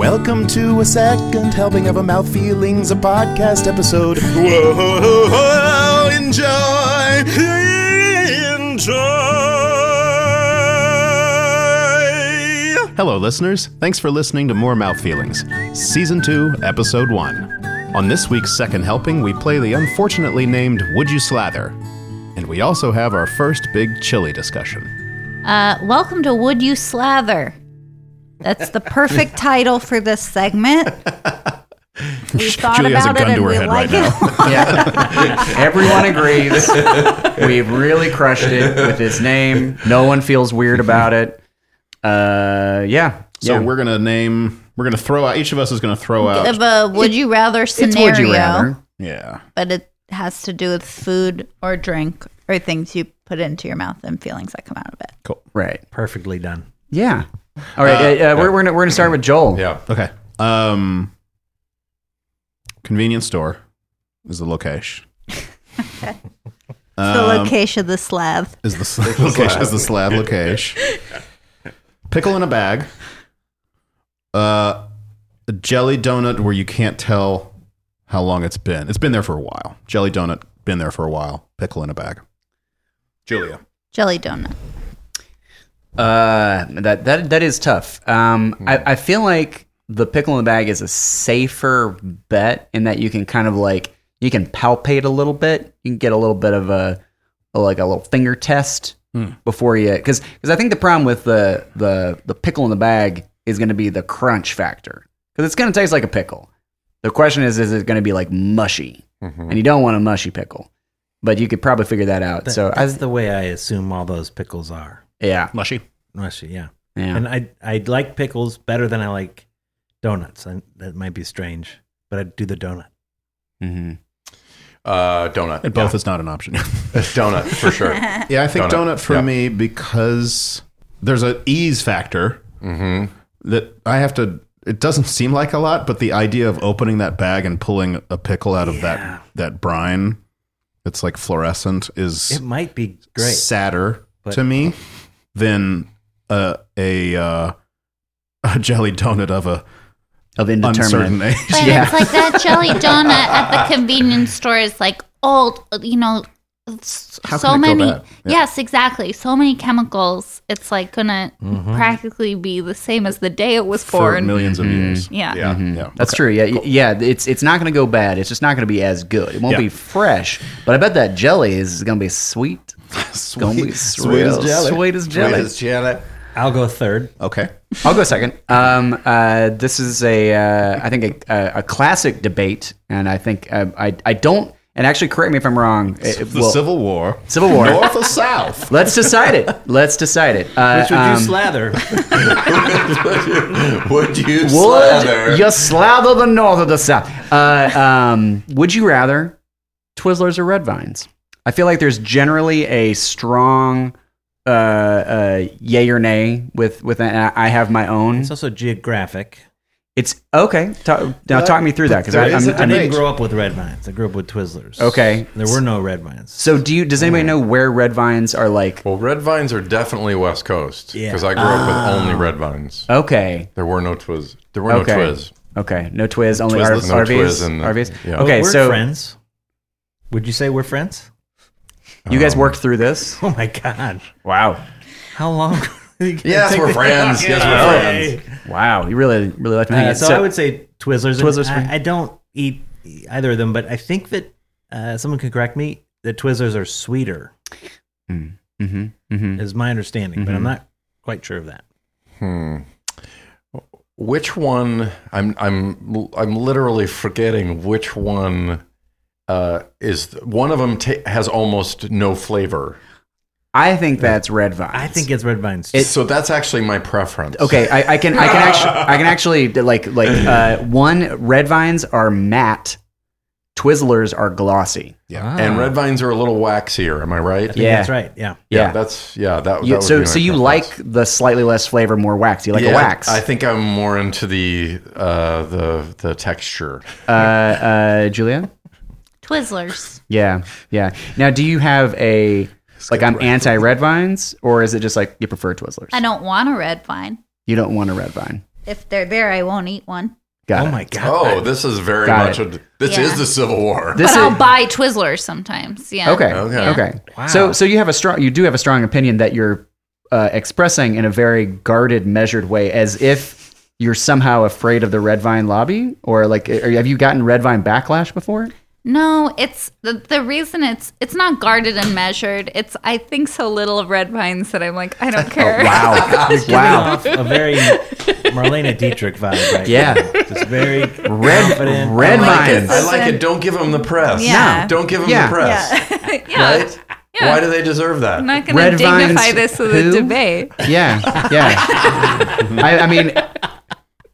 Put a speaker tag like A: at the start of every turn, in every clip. A: Welcome to a second helping of a mouth feelings, a podcast episode.
B: Whoa, enjoy, enjoy.
A: Hello, listeners. Thanks for listening to More Mouth Feelings, Season 2, Episode 1. On this week's second helping, we play the unfortunately named Would You Slather? And we also have our first big chili discussion.
C: Uh, welcome to Would You Slather. That's the perfect title for this segment. We thought
A: Julie has a
C: about
A: gun
C: it
A: to
C: and
A: her
C: we
A: head
C: like
A: right
C: it.
D: Yeah. Everyone agrees. We've really crushed it with his name. No one feels weird about it. Uh, yeah.
A: So
D: yeah.
A: we're going to name, we're going to throw out, each of us is going to throw out.
C: Of a would you rather
D: It's
C: scenario,
D: would you rather.
A: Yeah.
C: but it has to do with food or drink or things you put into your mouth and feelings that come out of it.
D: Right.
E: Perfectly done.
D: Yeah. All right. Uh, uh, we're we're gonna, we're gonna start with Joel.
A: Yeah. Okay. Um, convenience store is the location.
C: The
A: Um,
C: location of the slab.
A: Is the slab location? Is the slab location? Pickle in a bag. Uh, a jelly donut where you can't tell how long it's been. It's been there for a while. Jelly donut been there for a while. Pickle in a bag. Julia.
C: Jelly donut.
D: Uh, that that that is tough. Um, I, I feel like the pickle in the bag is a safer bet in that you can kind of like you can palpate a little bit. You can get a little bit of a, a- like a little finger test before you because because I think the problem with the the the pickle in the bag is going to be the crunch factor because it's going to taste like a pickle. The question is, is it going to be like mushy? And you don't want a mushy pickle, but you could probably figure that out.
E: That-
D: so I,
E: that's the way I assume all those pickles are.
D: yeah,
A: Mushy.
E: Mushy, yeah.
D: yeah.
E: And I I like pickles better than I like donuts. And that might be strange, but I do the donut.
D: mm-hmm.
B: Uh, donut.
A: And both is not an option.
B: Yeah. donut for sure.
A: yeah, I think donut,
B: Donut.
A: for
B: Yeah.
A: me because there's an ease factor
B: hmm
A: that I have to. It doesn't seem like a lot, but the idea of opening that bag and pulling a pickle out of
E: Yeah.
A: that that brine, it's like fluorescent, is
E: It might be great.
A: sadder
E: But-
A: to me than a a, uh, a jelly donut of a
D: of indeterminate.
A: uncertain age.
F: But
D: Yeah.
F: it's like that jelly donut at the convenience store is like old, you know, s-
A: How
F: so
A: can it go
F: many.
A: bad? Yeah.
F: Yes, exactly. So many chemicals. It's like gonna practically be the same as the day it was
A: Mm-hmm. for
F: born.
A: millions of years.
F: Yeah.
A: yeah, yeah.
D: That's true. Yeah, y- yeah. It's it's not going to go bad. It's just not going to be as good. It won't
A: Yeah.
D: be fresh. But I bet that jelly is going to be sweet. It's gonna be
A: Sweet as
D: real
A: jelly.
D: Sweet as jelly.
B: jelly.
E: I'll go third.
A: Okay,
D: I'll go second. Um, uh, this is a uh, I think a, a, a classic debate, and I think uh, I I don't. And actually, correct me if I'm wrong. It-
A: the
D: well,
A: Civil War,
D: Civil War.
A: North or South?
D: Let's decide it. Let's decide it. Uh,
E: Which would
D: um,
E: you slather?
B: Would you
D: Would
B: slather?
D: you slather the north or the south? Uh, um, would you rather Twizzlers or Red Vines? I feel like there's generally a strong uh, uh, yay or nay with with. And I I have my own.
E: it's also geographic.
D: It's okay. Ta- now talk me through that because
A: there is a
D: I'm.
E: I
D: I'm
E: didn't grow up with red vines. I grew up with Twizzlers.
D: Okay.
E: There were no red vines.
D: so do you? Does anybody know where Red Vines are? Like
B: Well, red vines are definitely West Coast
E: Yeah.
B: because I grew up with only red vines.
D: okay.
B: There were no twizz. There were
D: Ah. Okay.
B: no twizz.
D: Okay, no Twiz, only R-
B: Twizzlers, no
D: RVs.
B: Twiz and-
D: RVs.
B: yeah.
D: Okay,
E: we're
D: so
E: friends. Would you say we're friends?
D: you
B: Um,
D: guys worked through this.
E: Oh my god!
D: Wow,
E: How long?
B: Yes, we're friends. Yes, we're friends.
D: wow, you really, really left me hanging.
E: Uh, so, I would say Twizzlers. And
D: Twizzlers for-
E: I, I don't eat either of them, but I think that uh, someone can correct me. That Twizzlers are sweeter,
D: mm-hmm, mm-hmm.
E: is my understanding, but I'm not quite sure of that.
B: Which one? I'm I'm I'm literally forgetting which one uh, is one of them ta- has almost no flavor.
D: I think that's red vines.
E: I think it's red vines.
B: so that's actually my preference.
D: Okay, I, I can I can actually I can actually like like uh, one red vines are matte, Twizzlers are glossy.
A: Yeah,
B: And red vines are a little waxier. Am I right?
D: Ah. Yeah,
E: That's right. Yeah.
B: That's yeah. That,
D: You-
B: that would be
D: so
B: my
D: so you
B: preference.
D: like the slightly less flavor, more wax. You like
B: Yeah,
D: the wax.
B: I think I'm more into the uh, the the texture.
D: uh, uh, Julia.
F: Twizzlers.
D: Yeah, yeah. Now, do you have a like I'm anti red vines, or is it just like you prefer Twizzlers?
F: I don't want a red vine.
D: You don't want a red vine.
F: If they're there, I won't eat one.
D: Got
E: Oh
D: it.
E: my god!
B: Oh, this is very
D: Got
B: much
D: it.
B: a. This
F: Yeah.
B: is the Civil War.
F: but
D: This is
F: I'll buy Twizzlers sometimes. Yeah.
D: okay.
B: Okay.
D: Okay. So
E: Wow.
D: so you have a strong you do have a strong opinion that you're uh, expressing in a very guarded, measured way, as if you're somehow afraid of the Red Vine lobby, or like, are, have you gotten Red Vine backlash before?
F: No, it's the, the reason it's it's not guarded and measured. It's I think so little of red vines that I'm like I
A: Oh,
F: don't care.
D: Wow, wow.
E: Off a very Marlena Dietrich vibe, right?
D: Yeah.
E: now. just very
D: Red
E: confident.
D: Red
B: I like it.
D: Vines.
B: I like it. Don't give them the press.
F: Yeah. No.
B: Don't give them
D: Yeah.
B: the press.
F: yeah.
B: Right?
F: Yeah.
B: Why do they deserve that?
F: I'm not going
D: Red
F: to dignify
D: vines
F: this with
D: who?
F: a debate.
D: Yeah, yeah. I, I mean,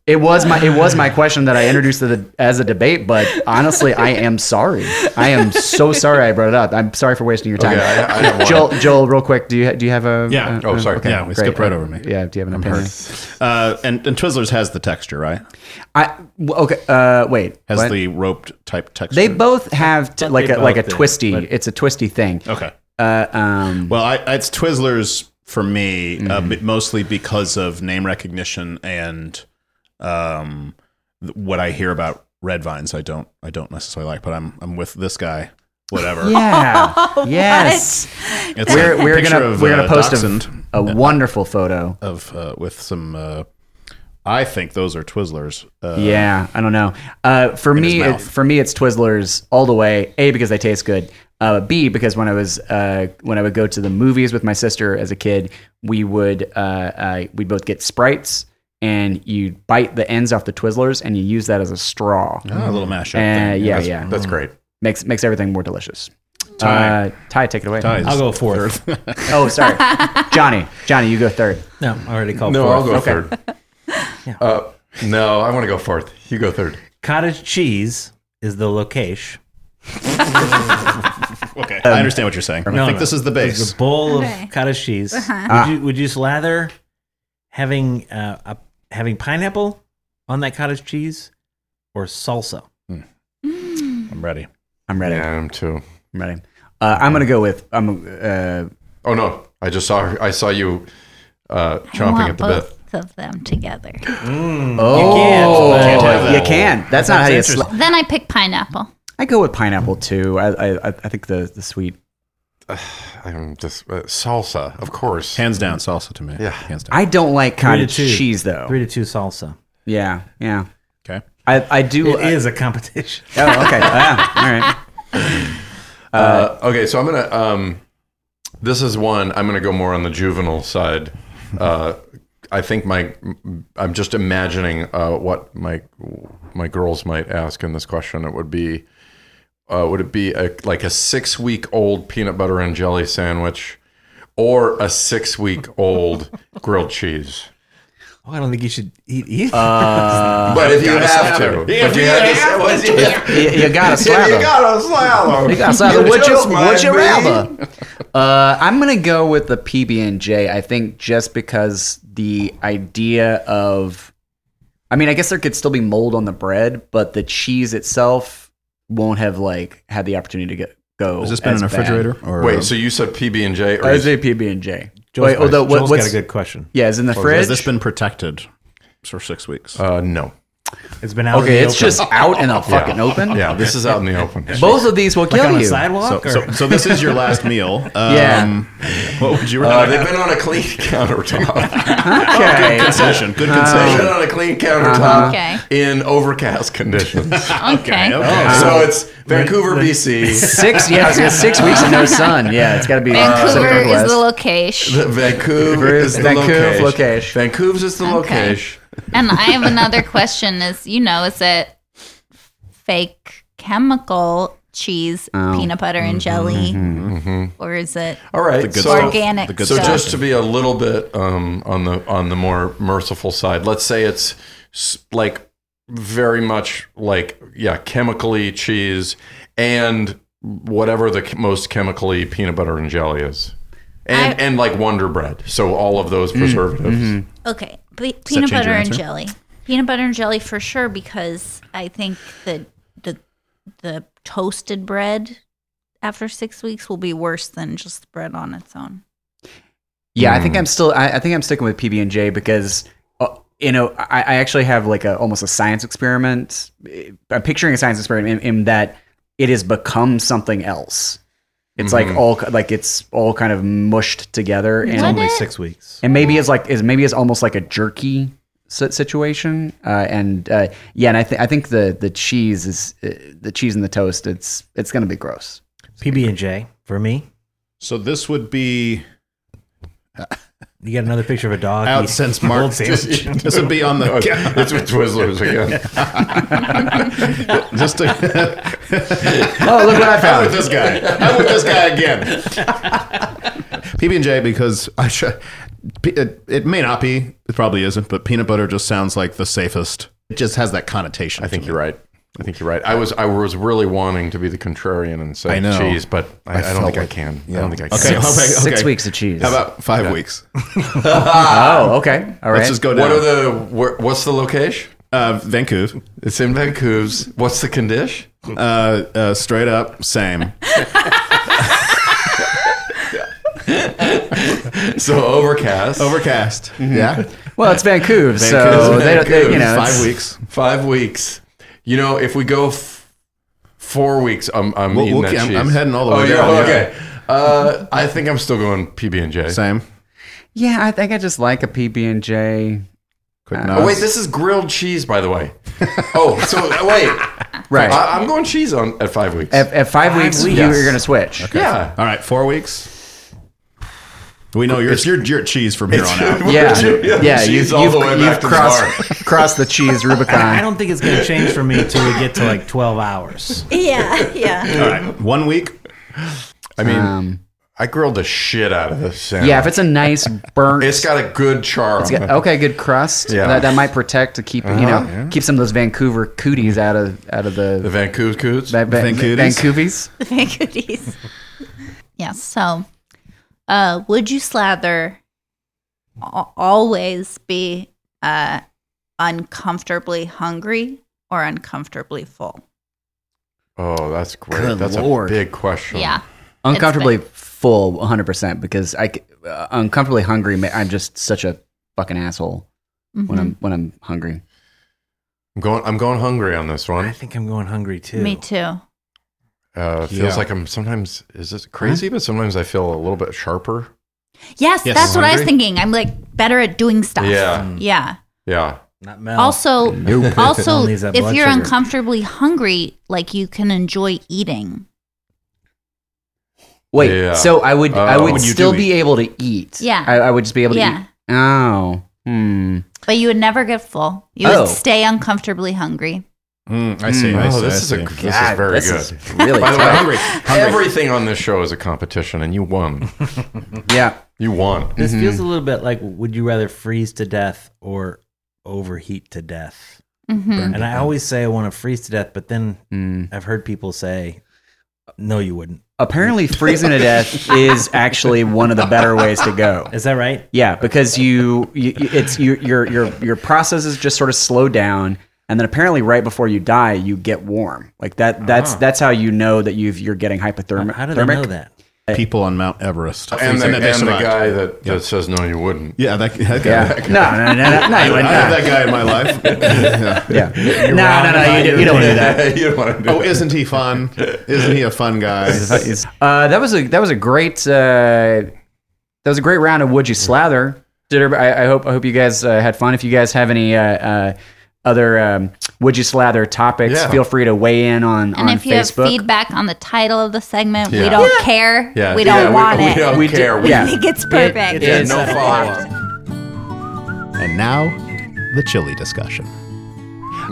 D: it was my it was my question that I introduced to the, as a debate, but honestly, I am sorry. I am so sorry I brought it up. I'm sorry for wasting your time.
B: Okay, I, I have one.
D: Joel, Joel, real quick, do you do you have a?
A: Yeah.
D: a-
B: Oh, sorry.
A: Yeah, we
D: great.
A: skipped right over me.
D: Yeah, do you have an opinion?
A: Uh, and, and Twizzlers has the texture, right?
D: I w- okay. Uh, wait.
A: Has
D: what?
A: the roped type texture.
D: they both have t-
E: thought
D: like
E: they
D: a like a
E: both did,
D: twisty.
E: but-
D: it's a twisty thing.
A: Okay.
D: Uh, um,
A: Well, I, it's Twizzlers for me, uh,
D: Mm-hmm.
A: but mostly because of name recognition and um, th- what I hear about red vines. I don't, I don't necessarily like, but I'm, I'm with this guy. Whatever.
D: yeah. yes.
A: It's
D: We're
A: a
D: we're
A: picture
D: gonna
A: of,
D: we're
A: uh,
D: gonna post a,
A: dachshund
D: a wonderful photo.
A: of uh, with some. Uh, I think those are Twizzlers. Uh,
D: yeah, I don't know. Uh, for
A: his
D: me, it,
A: mouth.
D: for me, it's Twizzlers all the way. A because they taste good. Uh, B because when I was uh, when I would go to the movies with my sister as a kid, we would uh, uh, we'd both get sprites and you bite the ends off the Twizzlers and you use that as a straw.
A: ah, a little mashup.
D: Uh,
A: thing.
D: yeah,
B: That's,
D: yeah,
B: That's great.
D: makes makes everything more delicious.
A: Ty.
D: uh, Ty, take it away.
A: Ties.
E: I'll go fourth.
D: Oh, sorry, Johnny, Johnny, you go third.
E: No, I already
D: Oh,
E: called
B: No,
E: fourth.
B: I'll go third. uh, no, I want to go fourth. You go third.
E: Cottage cheese is the location.
A: Okay, I understand what you're saying. I think
E: no.
A: this is the
E: It's
A: base.
E: a bowl
F: Okay.
E: of cottage cheese. Would, you, would you slather having uh, a, having pineapple on that cottage cheese or salsa?
A: I'm ready.
D: I'm ready.
B: Yeah, I'm too.
D: I'm ready. Uh, I'm gonna go with I'm. Uh,
B: Oh no, I just saw. I saw you uh,
F: I
B: chomping
F: want
B: at the bit.
F: both of them together.
E: Oh.
D: you
E: Can't
A: have
D: can.
A: that.
D: That's not how you. Sli-
F: Then I pick pineapple.
D: I go with pineapple too. I I, I I think the the sweet.
B: I'm just uh, salsa, of course.
A: Hands down, salsa to me.
B: Yeah.
A: hands down.
D: I don't like
E: Three to
D: cottage
E: two.
D: cheese though.
E: Three to two salsa.
D: Yeah, yeah.
A: Okay.
D: I I do.
E: It is a competition.
D: Oh, okay. Yeah, all right.
B: Uh, okay, so I'm gonna. Um, this is one. I'm gonna go more on the juvenile side. Uh, I think my. I'm just imagining uh, what my my girls might ask in this question. It would be. Uh, would it be a, like a six week old peanut butter and jelly sandwich, or a six week old grilled cheese?
E: Oh, I don't think you should eat either.
B: but Uh, if you
A: gotta
B: have
A: slather
B: to,
A: it.
B: but
A: If
B: you
A: you
B: have to,
A: have
B: what do
D: You,
B: you-
D: you gotta
B: if you
D: slather.
B: gotta slather,
D: You gotta slather.
B: You're
D: Would you,
B: just my
D: would you
B: baby.
D: rather? Uh, I'm gonna go with the PB and J. I think just because the idea of, I mean, I guess there could still be mold on the bread, but the cheese itself won't have like had the opportunity to go. go
A: Has this been
D: as
A: in a
D: bad. Uh,
A: refrigerator? Or
B: Wait, so you said PB and J, or
D: I
B: is-
D: say PB and J.
E: Joel's
D: Wait, although what,
E: Joel's
D: what's
E: got a good question.
D: yeah, is in the
A: has
D: fridge.
A: this been protected for six weeks?
B: uh, no.
E: It's been out.
D: okay,
E: in the
D: it's
E: open.
D: just out in the fucking open.
B: Yeah, this is out in the open.
D: Both of these will kill
E: on the
D: you.
A: so,
E: sidewalk. or-
A: so, so this is your last meal. Um,
D: Yeah.
A: What would you
B: Uh,
A: rather?
B: they've been on a clean countertop.
D: Okay.
A: concession. Good
B: they've been
A: concession.
B: on a clean countertop
F: Okay.
B: in overcast conditions.
F: Okay.
B: Oh.
A: okay.
B: so it's Vancouver, BC.
D: Six, yeah, it's got six weeks of no sun. Yeah, it's got to be Pacific
F: Vancouver
D: Northwest.
F: is the location.
B: The Vancouver is the
D: Vancouver
B: location.
D: location.
B: Vancouver's is the
F: Okay.
B: location.
F: And I have another question is, you know, is it fake chemical cheese, peanut butter and jelly?
B: Mm-hmm.
F: Or is it
B: All right.
A: good
B: So,
A: stuff.
F: organic
A: the good
B: so
F: stuff?
B: just to be a little bit um, on the on the more merciful side, let's say it's s- like very much like yeah, chemically cheese and whatever the ch- most chemically peanut butter and jelly is. And,
F: I-
B: and like Wonder Bread, so all of those preservatives.
F: Okay, pe-
A: change
F: peanut butter
A: your
F: and
A: answer?
F: jelly. Peanut butter and jelly for sure because I think the the the toasted bread after six weeks will be worse than just bread on its own.
D: Yeah, I think I'm still. I, I think I'm sticking with PB and J because uh, you know, I, I actually have like a almost a science experiment. I'm picturing a science experiment in, in that it has become something else. It's like all like it's all kind of mushed together, and
E: Only six weeks.
D: and maybe it's like is maybe it's almost like a jerky si- situation. Uh, and uh, yeah, and I think I think the the cheese is uh, the cheese and the toast. It's it's gonna be gross.
E: PB and J for me.
A: So this would be
E: You got another picture of a dog.
A: out
E: eating
A: since
E: a
A: March.
E: boiled sandwich.
A: This would be on the
B: Uh, It's with Twizzlers again.
A: just to,
D: Oh, look what I
A: I'm
D: found!
A: with this guy. I'm with this guy again. PB and J because I sh- it, it may not be, it probably isn't, but peanut butter just sounds like the safest. It just has that connotation.
B: I think you're right. I think you're right. I was I was really wanting to be the contrarian and say
A: I know.
B: cheese, but I, I, don't
A: felt
B: think I
A: like-
B: can.
A: yeah.
B: I don't think I can.
A: Okay, how about-
D: Six
A: okay.
D: weeks of cheese.
A: How about five weeks?
D: oh, okay, all right.
A: Let's just go down.
B: What are the where, what's the location?
A: uh, Vancouver.
B: It's in Vancouver. What's the condition?
A: Uh, uh, straight up, same.
B: So overcast.
A: Overcast. Yeah.
D: Well, it's Vancouver, so
A: Vancouver.
D: they, don't- they, you know,
A: five
D: it's-
A: weeks.
B: Five weeks. You know, if we go f- four weeks, I'm I'm
A: Well,
B: eating
A: we'll
B: that
A: keep- I'm-
B: cheese.
A: I'm heading all the
B: oh,
A: way
B: yeah,
A: down, yeah.
B: Okay. Uh, I think I'm still going PB and J.
A: Same.
D: Yeah, I think I just like a PB and J.
A: Quick
B: Oh
A: nod.
B: wait, this is grilled cheese, by the way. Oh, so wait,
D: Right.
B: I, I'm going cheese on at five weeks.
D: at, at five, weeks,
E: weeks.
D: you're going to switch.
B: yeah.
A: All right, four weeks. We know you're, you're, you're cheese from here on out.
D: Yeah,
B: Yeah,
D: yeah,
B: cheese
D: you've,
B: all
D: you've,
B: the way back
D: you've
B: to the
D: crossed, crossed the cheese
E: I
D: Rubicon.
E: don't think it's going to change for me until we get to like 12 hours.
F: Yeah, yeah.
A: All right, one week.
B: I mean,
D: Um,
B: I grilled the shit out of this sandwich.
D: yeah, if it's a nice burnt,
B: it's got a good char.
D: it's got- okay, good crust.
B: Yeah. Uh-huh.
D: That, that might protect to keep you know keep some of those Vancouver cooties out of out of
B: the
D: the,
B: Vancouver coots.
D: va- va-
A: Vancouvies?
D: Vancouvies.
F: goodies. Yeah. So, uh, would you slather al- always be uh, uncomfortably hungry or uncomfortably full?
B: oh, that's great.
D: Good
B: that's
D: Lord.
B: a big question.
F: Yeah.
D: Uncomfortably full, 100 percent because I c- uh, uncomfortably hungry. ma- I'm just such a fucking asshole
F: Mm-hmm.
D: when I'm when I'm hungry.
B: I'm going. I'm going hungry on this
E: I
B: one.
E: think I'm going hungry too.
F: Me too.
B: Uh, feels
A: Yeah.
B: like I'm sometimes. Is this crazy? But sometimes I feel a little bit sharper.
F: Yes,
A: Yes.
F: that's what I was
B: Hungry?
F: thinking. I'm like better at doing stuff.
B: Yeah.
F: Yeah.
B: Yeah.
E: Not Mel.
F: Also,
E: Mel
F: also,
E: needs
F: if
E: that
F: you're
E: blood sugar.
F: uncomfortably hungry, like you can enjoy eating.
D: Wait,
B: Yeah.
D: so I would I
B: Oh.
D: would
B: When you
D: still
B: do
D: be able to eat.
F: Yeah.
D: I, I would just be able to
F: Yeah.
D: eat. Oh. Hmm.
F: But you would never get full. You
D: Oh.
F: would stay uncomfortably hungry.
A: Mm, I see.
D: Mm.
A: I
B: Oh,
A: see, I
B: this is a
A: see.
B: this is very
D: this
B: good.
D: is really
B: By the way,
D: tough.
B: hungry, everything on this show is a competition, and you won.
D: Yeah.
B: You won.
E: this feels a little bit like would you rather freeze to death or overheat to death? Mm.
F: hmm
E: And I always say I want to freeze to death, but then
D: Hmm.
E: I've heard people say, no, you wouldn't.
D: Apparently, freezing to death is actually one of the better ways to go.
E: Is that right?
D: Yeah, because you, you you- it's you, your your your processes just sort of slow down, and then apparently right before you die, you get warm. Like that. That's that's how you know that you've you're getting hypothermic.
E: Ah. How do they know that?
A: People on Mount Everest.
B: And the,
A: that they
B: and the
A: survived.
B: guy that, that says no, you wouldn't.
A: Yeah, that, that guy.
D: Yeah. No, no, no, no, no. You
A: I
D: wouldn't.
A: had that guy in my life. Yeah.
D: Yeah. No, no, no. You, do- you don't do that.
B: you don't want to do
A: Oh,
B: that.
A: isn't he fun? Isn't he a fun guy?
D: Uh, that was a that was a great uh, that was a great round of Would You Slather. Did everybody- I, I hope I hope you guys uh, had fun. If you guys have any uh, uh, other um, Would You Slather topics,
B: Yeah.
D: feel free to weigh in on
F: And
D: on
F: if you
D: Facebook.
F: have feedback on the title of the segment,
B: Yeah.
F: we don't care.
B: Yeah.
F: We don't
B: Yeah,
F: want
B: we
F: it.
B: don't
D: We
B: care.
D: do-
B: We-
D: yeah.
F: I think it's perfect.
B: Yeah,
D: It's
B: no
D: a
B: follow up.
A: And now, the chili discussion.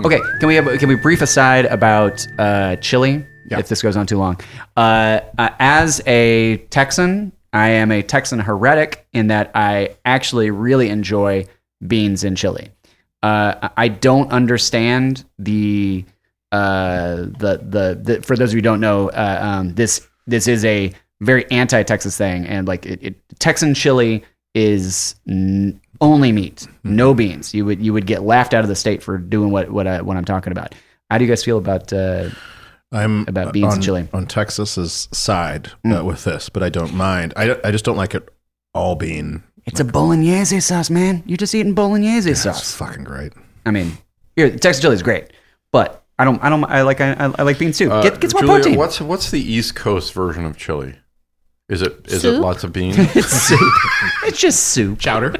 D: okay, can we have, can we brief aside about uh, chili?
A: Yeah.
D: If this goes on too long, uh, uh, as a Texan, I am a Texan heretic in that I actually really enjoy beans and chili. Uh, I don't understand the uh, the, the the for those of you who don't know uh, um, this this is a very anti-Texas thing and like it, it, Texan chili is n- only meat, no beans. You would you would get laughed out of the state for doing what what, I, what I'm talking about. How do you guys feel about? Uh,
A: I'm
D: About beans
A: on,
D: and chili.
A: on
B: Mm.
A: Texas's side uh, with this, but I don't mind. I, don't- I just don't like it all bean
D: It's a bolognese sauce, man. You're just eating bolognese sauce.
A: It's fucking great.
D: I mean, here, Texas chili is great, but I don't, I don't, I like, I, I like beans too. get, get some more
B: Uh, Julia,
D: protein.
B: What's what's the East Coast version of chili? Is it is it
F: Soup?
B: lots of beans?
D: It's soup. it's just soup.
A: Chowder.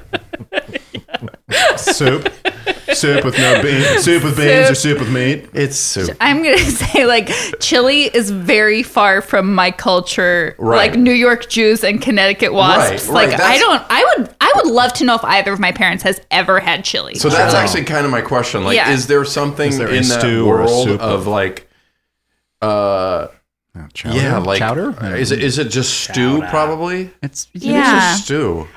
A: soup. Soup with no beans. Soup with beans or soup with meat.
B: it's soup.
F: I'm gonna say like Chile is very far from my culture,
B: Right.
F: like New York Jews and Connecticut wasps.
B: Right, right,
F: Like
B: that's-
F: I don't, I would, I would love to know if either of my parents has ever had chili.
B: So that's actually kind of my question. Like,
F: Yeah.
B: is there something
A: Is there a
B: in that
A: stew or a
B: world
A: soup
B: of
A: of-
B: like, uh,
A: Oh, chowder.
B: yeah, like uh,
A: chowder.
B: Is it is it just stew?
E: Chowder.
B: Probably.
D: It's
F: yeah.
B: Stew.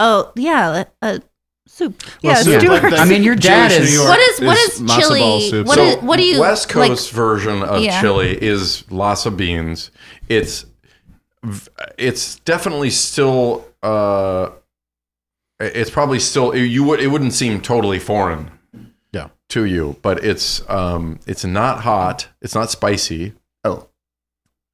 C: Oh yeah, uh, soup.
A: Well,
C: yeah,
A: soup,
C: stew
A: like
C: or-
A: the
D: I mean, your dad
A: Jewish
D: is-
A: New York
F: What is what is,
A: matzo ball
F: chili?
A: soup.
F: What
B: so
F: is- what do you
B: West
F: like-
B: Coast version of
F: Yeah.
B: chili is lots of beans. It's v- it's definitely still uh it's probably still you would it wouldn't seem totally foreign
A: Yeah.
B: to you, but it's um it's not hot, it's not spicy.
A: Oh.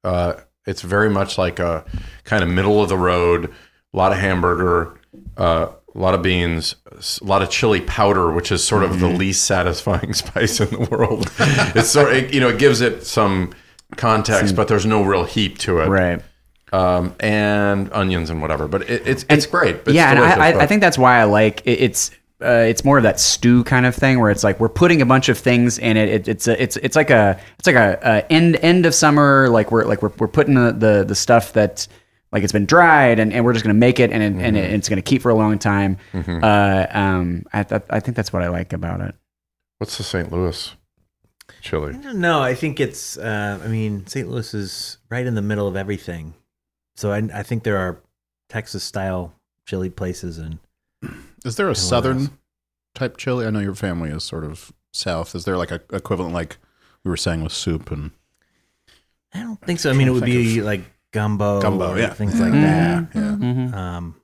B: Uh it's very much like a kind of middle of the road, a lot of hamburger, uh a lot of beans, s- a lot of chili powder, which is sort of the
D: Mm-hmm.
B: least satisfying spice in the world. it's sort of, you know, it gives it some context, but there's no real heat to it.
D: right.
B: Um, and onions and whatever, but it, it's it's great. It's
D: yeah, and
B: delicious,
D: I, I,
B: but-
D: I think that's why I like it, it's. Uh, it's more of that stew kind of thing where it's like we're putting a bunch of things in it. it it's a, it's it's like a it's like a, a end end of summer like we're like we're, we're putting the, the the stuff that like it's been dried and, and we're just gonna make it and it, and
B: Mm-hmm.
D: it, it's gonna keep for a long time. Uh, um, I th- I think that's what I like about it.
B: what's the St. Louis chili?
E: No, I think it's. Uh, I mean, St. Louis is right in the middle of everything, so I, I think there are Texas-style chili places, and
A: Is there a
E: else.
A: southern type chili? I know your family is sort of south. Is there like a equivalent like we were saying with soup and
E: I don't think so. I mean, it would be like gumbo,
A: Gumbo,
E: or
A: yeah.
E: Oh, things like
A: yeah,
E: that.
A: yeah.
D: Mm-hmm.
E: Um,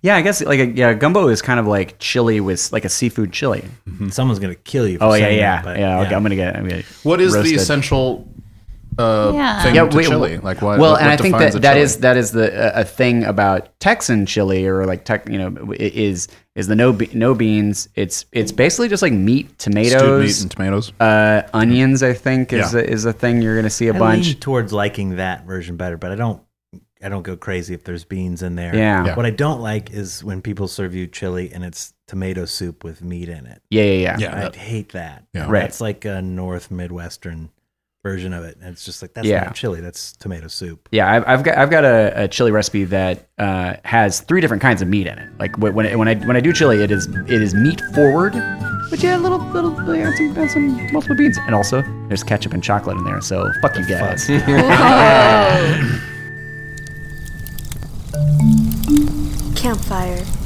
D: Yeah, I guess like a, yeah, gumbo is kind of like chili with like a seafood chili.
E: someone's gonna kill you. For
D: Oh yeah,
E: saying
D: yeah,
E: that, but
D: yeah. Okay, I'm gonna get. I'm gonna,
A: What is
D: Roasted.
A: the essential uh,
F: Yeah.
A: thing
D: Yeah,
A: to
D: wait,
A: chili? Like what?
D: well,
A: what-
D: and
A: what
D: I think
A: defines
D: that
A: a
D: that
A: chili?
D: is that is the a, a thing about Texan chili or like tech, you know, i- is is the no be- no beans. It's it's basically just like meat,
A: stewed
D: tomatoes,
A: meat and tomatoes.
D: uh, onions. I think is
A: Yeah.
D: a, is a thing you're gonna see a
E: I
D: bunch.
E: lean towards liking that version better, but I don't. I don't go crazy if there's beans in there.
D: Yeah.
A: Yeah.
E: What I don't like is when people serve you chili and it's tomato soup with meat in it.
D: Yeah, yeah, yeah.
A: Yeah,
E: I
A: that-
E: hate that.
A: Yeah.
D: Right.
E: That's like a North Midwestern version of it. And it's just like, that's
D: Yeah.
E: not chili. That's tomato soup.
D: Yeah, I've, I've got I've got a, a chili recipe that uh, has three different kinds of meat in it. Like wh- when I- when I when I do chili, it is it is meat forward, but yeah, little little yeah, add some, add some multiple beans, and also there's ketchup and chocolate in there. So fuck you guys.
F: Oh. Whoa.
G: Campfire.